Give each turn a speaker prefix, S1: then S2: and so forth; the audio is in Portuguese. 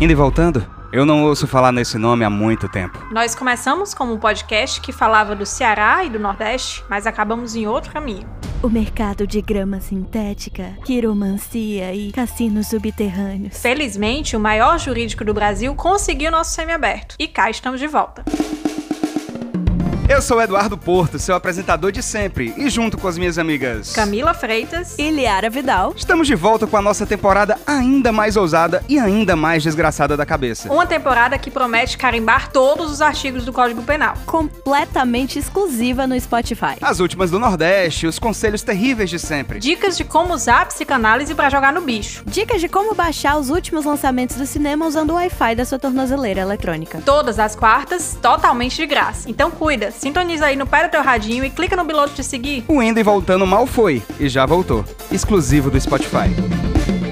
S1: Indo e voltando, eu não ouço falar nesse nome há muito tempo.
S2: Nós começamos como um podcast que falava do Ceará e do Nordeste, mas acabamos em outro caminho.
S3: O mercado de grama sintética, quiromancia e cassinos subterrâneos.
S2: Felizmente, o maior jurídico do Brasil conseguiu nosso semiaberto. E cá estamos de volta.
S1: Eu sou o Eduardo Porto, seu apresentador de sempre, e junto com as minhas amigas.
S2: Camila Freitas.
S3: E Liara Vidal.
S1: Estamos de volta com a nossa temporada ainda mais ousada e ainda mais desgraçada da cabeça.
S2: Uma temporada que promete carimbar todos os artigos do Código Penal.
S3: Completamente exclusiva no Spotify.
S1: As últimas do Nordeste, os conselhos terríveis de sempre.
S2: Dicas de como usar a psicanálise para jogar no bicho.
S3: Dicas de como baixar os últimos lançamentos do cinema usando o Wi-Fi da sua tornozeleira eletrônica.
S2: Todas as quartas, totalmente de graça. Então cuida, sintoniza aí no pé do teu radinho e clica no piloto de seguir.
S1: O Indo e Voltando mal foi, e já voltou. Exclusivo do Spotify.